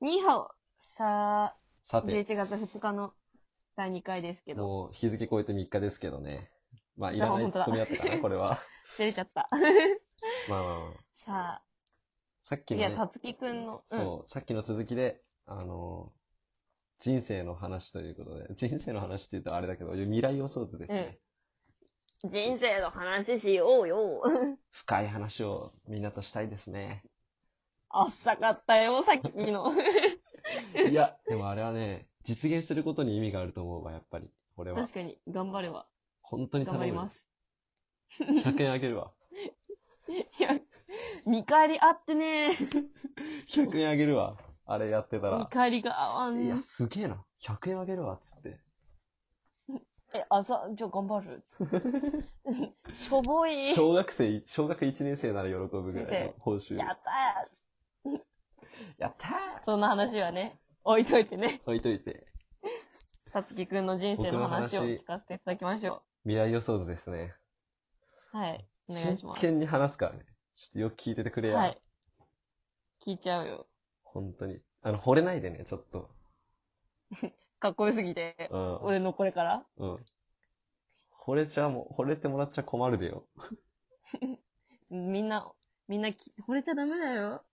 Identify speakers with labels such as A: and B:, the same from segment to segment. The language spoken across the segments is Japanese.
A: ニーハオさあ、
B: さて、
A: 11月2日の第2回ですけど、
B: もう日付超えて3日ですけどね。まあ、いらないツッコミあった
A: 本
B: か
A: 当
B: な、
A: だ
B: こ れは。
A: 出れちゃった。
B: まあまあまあ
A: さあ、
B: さっきの、
A: 次は
B: ね、
A: たつきくんの、うん、
B: そう、さっきの続きで、あの、人生の話ということで、 人生の話って言うとあれだけど、未来予想図ですね。
A: うん人生の話しよう よ。
B: 深い話をみんなとしたいですね。
A: あっさかったよ、さっき の。
B: いや、でもあれはね、実現することに意味があると思うわ、やっぱり。俺は
A: 確。かに、頑張れば。
B: 本当に
A: 頑
B: 頼
A: 張
B: む
A: り
B: よ。
A: ます。
B: 100円あげるわ。
A: いや、見返りあってね、
B: 100円あげるわ。あれやってた
A: 見
B: ら。
A: 返りが合わん
B: い
A: ね
B: や、。すげえな。100円あげるわ、つって。
A: え、朝、じゃあ頑張 る。しょぼい。
B: 小学生、小学1年生なら喜ぶぐらいの報酬。
A: やった
B: やった
A: ーそんな話はね、置いといてね。
B: ー置いといて。
A: たつきくんの人生の話を
B: 僕の話
A: 聞かせていただきましょ
B: 未来予想図ですね。
A: う。はい。お願いし
B: 真
A: ます。
B: 剣に話すからね。ちょっとよく聞いててくれや。
A: はい。聞いちゃうよ。
B: 本当に。あの、惚れないでね、ちょっと。
A: かっこよすぎて。
B: うん。
A: 俺のこれから
B: うん。惚れちゃも、惚れてもらっちゃ困るでよ。
A: みんな、みんなき、惚れちゃダメだよ。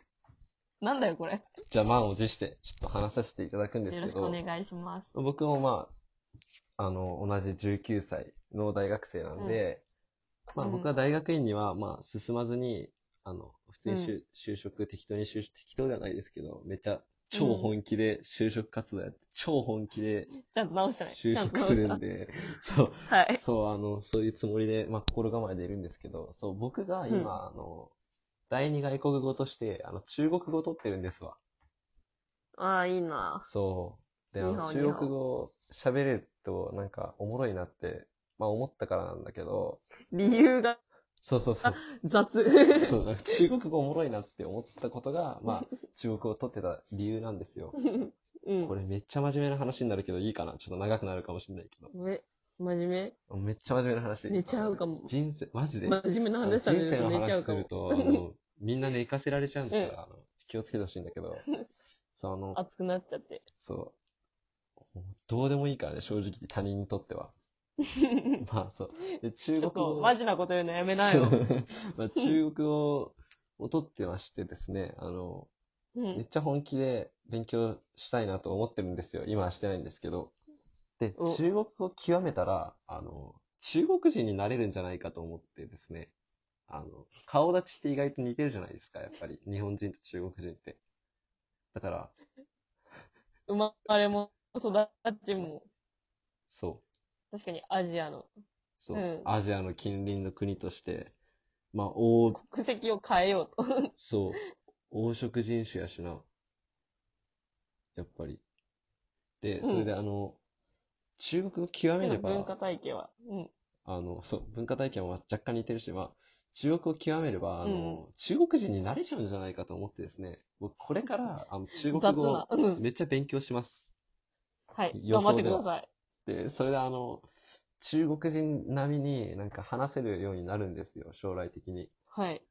A: なんだよ、これ。
B: じゃあ、満を持して、ちょっと話させていただくんです
A: よろ
B: け
A: しくお
B: ど、
A: 願いします。
B: 僕もまあ、あの、同じ19歳の大学生なんで、まあ
A: うん
B: 僕は大学院には、まあ進まずに、あの、普通に就,、就職、適当に就職、適当ではないですけど、めっちゃ超本気で就職活動やって、超本気で
A: ちゃんと直したね。
B: 就
A: ちゃんと
B: 職
A: 直
B: す
A: し
B: る
A: た
B: ん。で、 そう、
A: はい。
B: そう、あの、そういうつもりで、まあ、心構えでいるんですけど、そう、僕が今、
A: うん
B: あの、第二外国語として、あの、中国語を取ってるんですわ。
A: ああ、いいな。
B: そう。で、あ
A: 日
B: の、
A: 本
B: 中国語喋れると、なんか、おもろいなって、まあ、思ったからなんだけど、
A: 理由が
B: そうそうそう。
A: 雑。
B: そう、なんか中国語おもろいなって思ったことが、まあ、中国語を取ってた理由なんですよ。
A: うん。
B: これめっちゃ真面目な話になるけど、いいかなちょっと長くなるかもしれないけ
A: め、真面目
B: ど。めっちゃ真面目な話。
A: 寝ちゃうかも
B: 人生、マジで。
A: 真面目な話だね。
B: 人生の
A: 寝ちゃ
B: 話
A: う
B: す
A: か
B: る
A: も。
B: と、あの、みんな寝かせられちゃうんだか
A: う
B: ら、あの気をつけてほしいんだ けど、そう、あの、
A: 熱くなっちゃって。
B: そう、どうでもいいからね、正直、他人にとっ ては。まあそう。で、中
A: ちょ
B: 国
A: っと
B: 語、
A: マジなこと言うのやめな よ。
B: まあ中国語を取ってましてですね、あの、
A: う
B: めっ
A: ん。
B: ちゃ本気で勉強したいなと思ってるんですよ。今はしてないんですけど。で、
A: お
B: 中国語を極めたら、あの、中国人になれるんじゃないかと思ってですね。あの、顔立ちって意外と似てるじゃないですか、やっぱり。日本人と中国人って。だから、
A: 生まれも育ちも、
B: そう、
A: 確かにアジアの
B: そう、
A: うん
B: アジアの近隣の国として、まあ、欧、
A: 国籍を変えようと。
B: そう、黄色人種やしな。やっぱり。で、それであの、中国語極めれば、
A: 文化体系は。うん。
B: あの、そう、文化体験は若干似てるし、まあ、中国を極めれば、あ
A: うん
B: の、中国人になれちゃうんじゃないかと思ってですね、僕、これから、あの、中国
A: 雑
B: 語
A: な。う
B: を
A: ん。
B: めっちゃ勉強します。
A: はい。
B: 予
A: 頑張っ
B: 想
A: て
B: で
A: く
B: は
A: ださい。
B: で、それであの、中国人並みになんか話せるようになるんですよ、将来的に。
A: はい。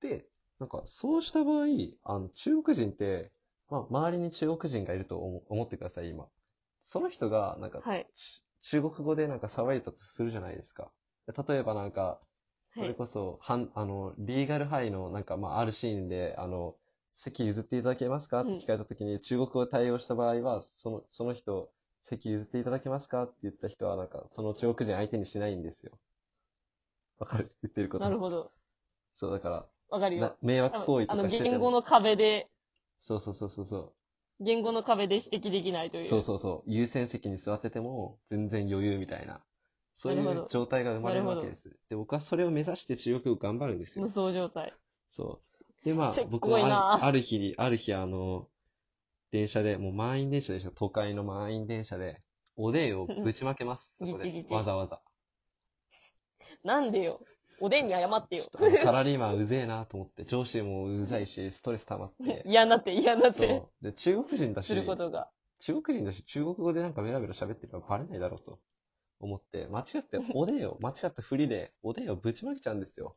B: で、なんか、そうした場合、あの、中国人って、まあ、周りに中国人がいると思思ってください、今。その人が、なんか、
A: はい。
B: ち中国語でなんか騒いだとするじゃないですか。例えばなんか、そ
A: は
B: れ
A: い。
B: こそ、はん、あの、リーガルハイの、なんか、まあ、あるシーンで、あの、席譲っていただけますかって聞かれたときに、中国語で対応した場合は、その、その人、席譲っていただけますかって言った人は、なんか、その中国人相手にしないんですよ。わかる言ってること。
A: なるほど。
B: そう、だか、
A: わからる
B: な
A: よ。
B: 迷惑行為
A: あ
B: と
A: の、
B: かしてて
A: 言語
B: も、
A: の壁で、
B: そうそうそうそうそ。
A: 言語の壁で指摘できないというう。
B: そうそうそう。優先席に座ってても、全然余裕みたいな。そうい
A: なるほ
B: う
A: ど
B: 状態が生まれる
A: なるほ
B: わ
A: ど
B: けです。で、僕はそれを目指して中国語頑張るんですよ
A: 無。双状態。
B: そう。で、ますあ
A: っ、
B: 僕
A: ごい
B: はあ
A: な
B: るある日に、ある日、あの、電車で、もう満員電車でしょ、都会の満員電車で、おでんをぶちまけます、そこ
A: ギチ
B: で
A: ギ。チ
B: わざわざ。
A: なんでよ。おでんに謝って
B: ちょ
A: よ
B: っ。とあのサラリーマンうぜえなと思って、上司もうざいし、ストレス溜まって。
A: 嫌になって、嫌になっ
B: そ
A: て。
B: う。で、中国人だし、
A: することが。
B: 中国人だし、中国語でなんかベラベラ喋ってればバレないだろうと思って、間違 っておでんを、間違ったふりで、おでんをぶちまけちゃうんですよ。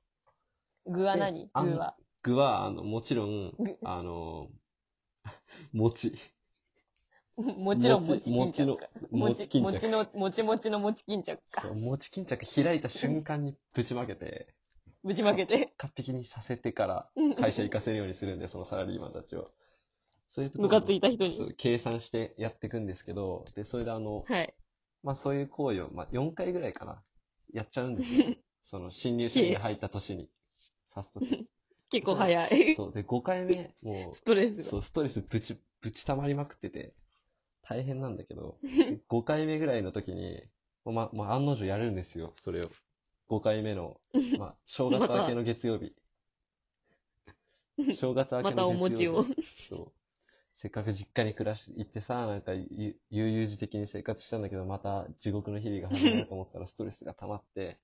A: 具は何
B: あん
A: 具は。
B: 具は、あの、もちろん
A: 具、
B: あの、餅。
A: もちろん餅巾
B: 餅
A: 着
B: の
A: か。、
B: 餅巾
A: 餅
B: 着。
A: の、もちもちの餅巾着か
B: そ。う、餅巾着開いた瞬間にぶちまけて、
A: ぶちまけて。
B: 完璧にさせてから会社行かせるようにするんで、そのサラリーマンたちを。そういうとこ ろ
A: ム
B: も
A: カついた人
B: そ
A: に。
B: う計算してやっていくんですけど、で、それであの、
A: はい。
B: まあそういう行為を、まあ4回ぐらいかな、やっちゃうんですよ。その新入社員が入った年に。早速。
A: 結構早い。
B: そう。で、5回目、も
A: ストレス
B: う、
A: が。
B: そう、ストレスぶち、ぶち溜まりまくってて、大変なんだけ ど、5回目ぐらいの時に、ま、まあ、案の定やるんですよ、それを。5回目 の、まあ、正月明けの月曜日。正月明けの月曜日。
A: またお餅を。
B: そう。せっかく実家に暮らし、行ってさ、なんか、ゆ悠々自適に生活したんだけど、また地獄の日々が始まると思ったらストレスが溜ま って、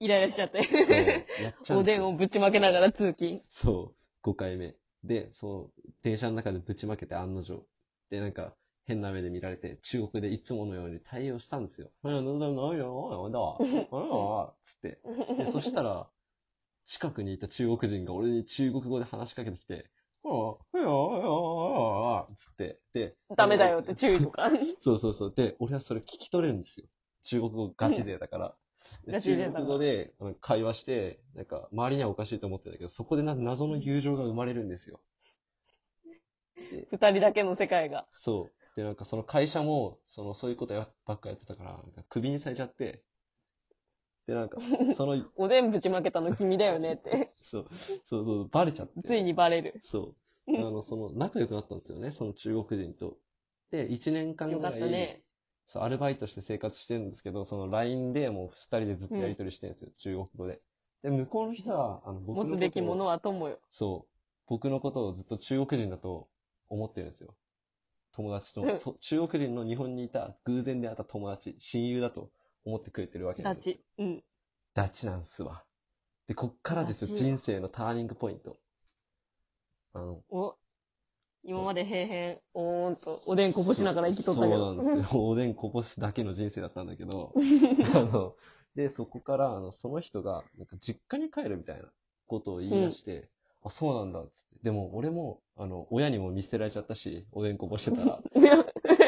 A: イライラしちゃっ
B: そう、
A: て。
B: やっちゃうん
A: お
B: で
A: ですん
B: よ
A: をぶちまけながら通勤。
B: そう、5回目。で、そう、電車の中でぶちまけて案の定。で、なんか、変な目で見られて、中国でいつものように対応したんですよ。え、なんだ、なんだ、なんだ、なんだ、なんだ、つって。で、そしたら、近くにいた中国人が俺に中国語で話しかけてきて、ああ、ああ、ああ、つって。で、
A: ダメだよって注意とか。
B: そうそうそう。で、俺はそれ聞き取れるんですよ。中国語ガチ勢だから。
A: うん
B: で
A: ガチ勢だ
B: 中国語であの会話して、なんか、周りにはおかしいと思ってたけど、そこでな謎の友情が生まれるんですよ。
A: 二人だけの世界が。
B: そう。で、なんかその会社も、その、そういうことやばっかやってたから、なんかクビにされちゃって、で、なんか、その、
A: おでんぶちまけたの君だよね って。
B: そう、そうそう、バレちゃって。
A: ついにバレる。
B: そ
A: う
B: う。
A: ん
B: あの、その、仲良くなったんですよね、その中国人と。で、1年間
A: よ
B: ぐ
A: からった
B: い、
A: ね。
B: そう、アルバイトして生活してるんですけど、その LINE でもう二人でずっとやりとりしてるんですよ、中国語で。で、向こうの人は、あの、僕
A: 持
B: のことを
A: つべきものは友よ。
B: そう、僕のことをずっと中国人だと思ってるんですよ。友達と、
A: うん
B: そう中国人の日本にいた偶然で会った友達、親友だと思ってくれてるわけな
A: ダ
B: んですよ。
A: チ。うん。
B: ダチなんすわ。で、こっからですよ、
A: ダチよ
B: 人生のターニングポイント。あの、
A: お。今まで平変、おーんと、おでんこぼしながら生きとったけど。
B: そうそうなん ですよ。おでんこぼしだけの人生だったんだけど、あの、で、そこから、あの、その人が、なんか実家に帰るみたいなことを言い出して、あ、そうなんだ、つって。でも、俺も、あの、親にも見捨てられちゃったし、おでんこぼしてたら、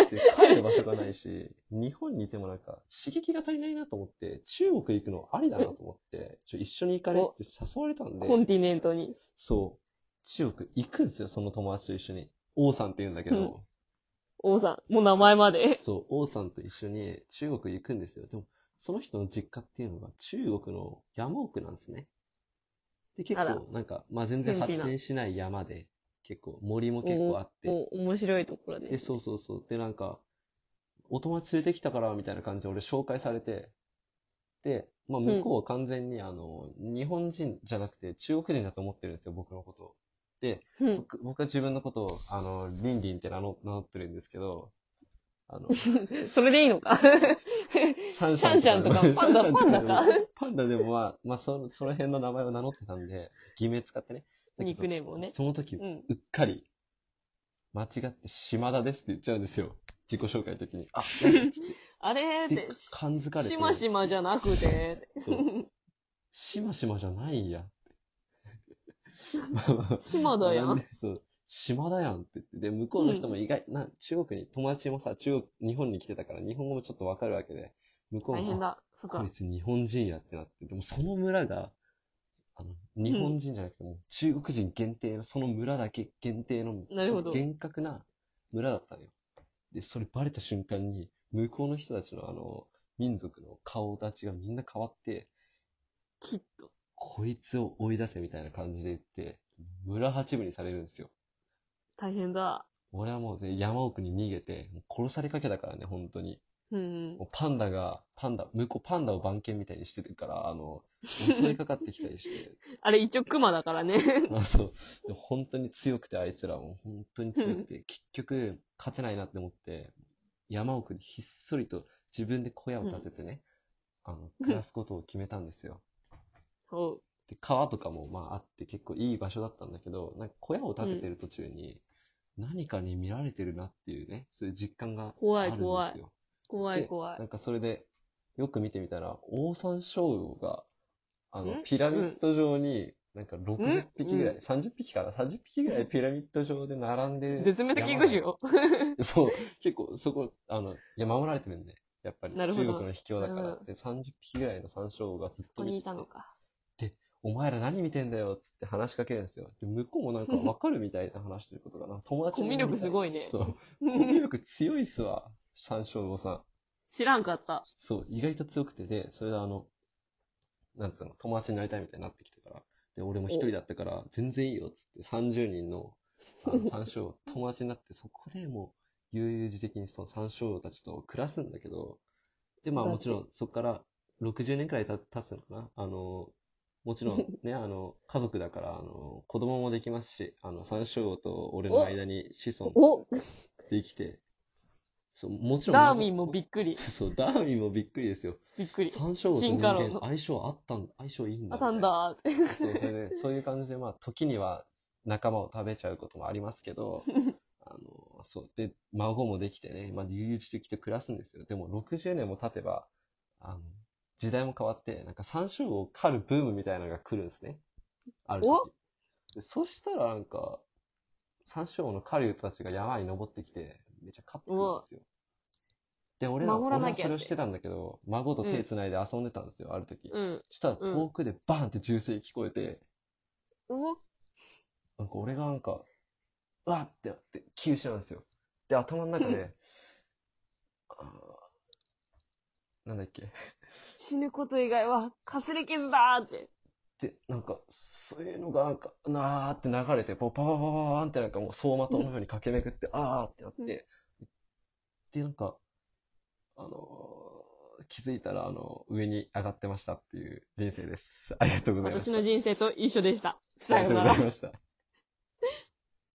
B: で帰る場所がないし、日本にいてもなんか、刺激が足りないなと思って、中国行くのありだなと思って、ちょ一緒に行かれって誘われたんで、
A: コンティネントに。
B: そう、中国行くんですよ、その友達と一緒に。王さんって言うんだけど、
A: うん王さん。もう名前まで。
B: そう、王さんと一緒に中国行くんですよ。でも、その人の実家っていうのが中国の山奥なんですね。で、結
A: あら
B: 構、なんか、まあ、全然
A: 偏
B: 発
A: 僻な
B: 展しない山で、結構、森も結構あって。
A: お、面白いところ
B: で、
A: で。
B: そうそうそう。で、なんか、お友達連れてきたから、みたいな感じで俺紹介されて、で、まあ、向こうは完全に、あの、日本人じゃなくて中国人だと思ってるんですよ、僕のことを。
A: うん。
B: 僕僕は自分のことを、あの、リンリンって名乗名乗ってるんですけど、あの、
A: それでいいの か
B: シャン
A: シャンシャンとかパンダ
B: シャシャでも
A: パンダか
B: パンダでもまあ、まあそ、その辺の名前を名乗ってたんで、偽名使ってね。だけど
A: ニックネームをね。
B: その時、う
A: うん。
B: っかり、間違って島田ですって言っちゃうんですよ。自己紹介の時に。 あ、なんか
A: あれーって
B: で、感づかれて。
A: しましまじゃなくて、
B: そうしましまじゃないんや。ま あまあ
A: 島だや
B: なん
A: ん。
B: でそう。島だやんって言って。で、向こうの人も意外、な、中国に、友達もさ、中国、日本に来てたから、日本語もちょっとわかるわけで、向こう
A: 大
B: も、
A: 変だ。そっ
B: こ
A: か
B: い。つ日本人やってなって、でもその村が、あの、日本人じゃなくても、中国人限定の、その村だけ限定の、
A: なるほど
B: 厳格な村だったのよ。で、それバレた瞬間に、向こうの人たちのあの、民族の顔立ちがみんな変わって、
A: きっと。
B: こいつを追い出せみたいな感じで言って、村八分にされるんですよ。
A: 大変だ。
B: 俺はもうね、山奥に逃げて、もう殺されかけたからね、本当に。
A: うん
B: も。うパンダが、パンダ、向こうパンダを番犬みたいにしてるから、あの、襲いかかってきたりして、
A: あれ一応熊だからね。
B: まあそう。でも本当に強くて、あいつらも本当に強くて、結局、勝てないなって思って、山奥にひっそりと自分で小屋を建ててね、あの、暮らすことを決めたんですよ。
A: おう。
B: で、川とかもまああって結構いい場所だったんだけど、なんか小屋を建ててる途中に、何かに見られてるなっていうね、そういう実感があるんですよ。
A: 怖い怖い怖い
B: で
A: 怖。
B: ないんかそれで、よく見てみたら、オオサンショウウオが、あの
A: ん、
B: ピラミッド状になんか60匹ぐらい、
A: うん
B: 30匹かな ?30 匹ぐらいピラミッド上で並 んで。
A: 絶滅危惧種よ。
B: そう、結構そこ、あの、いや、守られてるんで、やっぱり
A: な
B: 中
A: るほど
B: 国の秘境だか
A: なる
B: ら
A: ほ、
B: で30匹ぐらいの山椒がずっ
A: ことこに
B: 見
A: い
B: てて
A: たのか。
B: お前ら何見てんだよっつって話しかけるんですよ。で、向こうもなんかわかるみたいな話してることかな。友 達
A: コミュ力す
B: い。
A: ごいね
B: そ。う。コミュ力強いっすわ、山椒魚さん。
A: 知らんかった。
B: そう、意外と強くてで、それであの、なんつうの、友達になりたいみたいになってきてから、で、俺も一人だったから、全然いいよっつって、30人の、あの、 山椒、友達になって、そこでもう、悠々自適にその山椒たちと暮らすんだけど、で、まあ
A: だっ
B: も
A: て
B: ちろん、そこから60年くらいた経つのかなあの、もちろ んね、あの、家族だから、あの、子供もできますし、あの、山椒と俺の間に子孫
A: お
B: できて、そう、もちろん。
A: ダーウィンもびっくり。
B: そう、ダーウィンもびっくりですよ。
A: びっくり。
B: 山椒魚と
A: 進
B: 人
A: 化論
B: 間
A: の
B: 相性あったん、相性いいんだ
A: あ
B: みた
A: た
B: い
A: ん
B: な。
A: だ ーって。
B: そう、それで、そういう感じで、まあ、時には仲間を食べちゃうこともあります けど、あの、そう、で、孫もできてね、まあ、悠々自適と暮らすんですよ。でも、60年も経てば、あの、時代も変わって、なんか山椒魚を狩るブームみたいなのが来るんですね。ある
A: お
B: 時。でそしたら、なんか、山椒魚の狩る人たちが山に登ってきて、めっちゃ狩ってくるんですよ。で、俺ら、
A: 守ら
B: 俺
A: な
B: は
A: きゃ
B: それを
A: って
B: してたんだけど、孫と手繋いで遊んでたんですよ、ある時。
A: うん。
B: したら遠くでバーンって銃声聞こえて、
A: お
B: なんか俺がなんか、うわってなって、気失うんですよ。で、頭の中で、あーなんだっけ。
A: 死ぬこと以外は、かすり傷だーって。
B: で、なんか、そういうのがなんか、なーって流れて、こうパパパパパーンってなんかもう走馬灯のように駆け巡って、あーってなって、で、なんか、あのー気づいたら、あの、上に上がってましたっていう人生です。ありがとうございまし
A: 私
B: た。
A: の人生と一緒でした。さ
B: あり
A: よ
B: がとう
A: な
B: ご
A: ら
B: ざい。ました。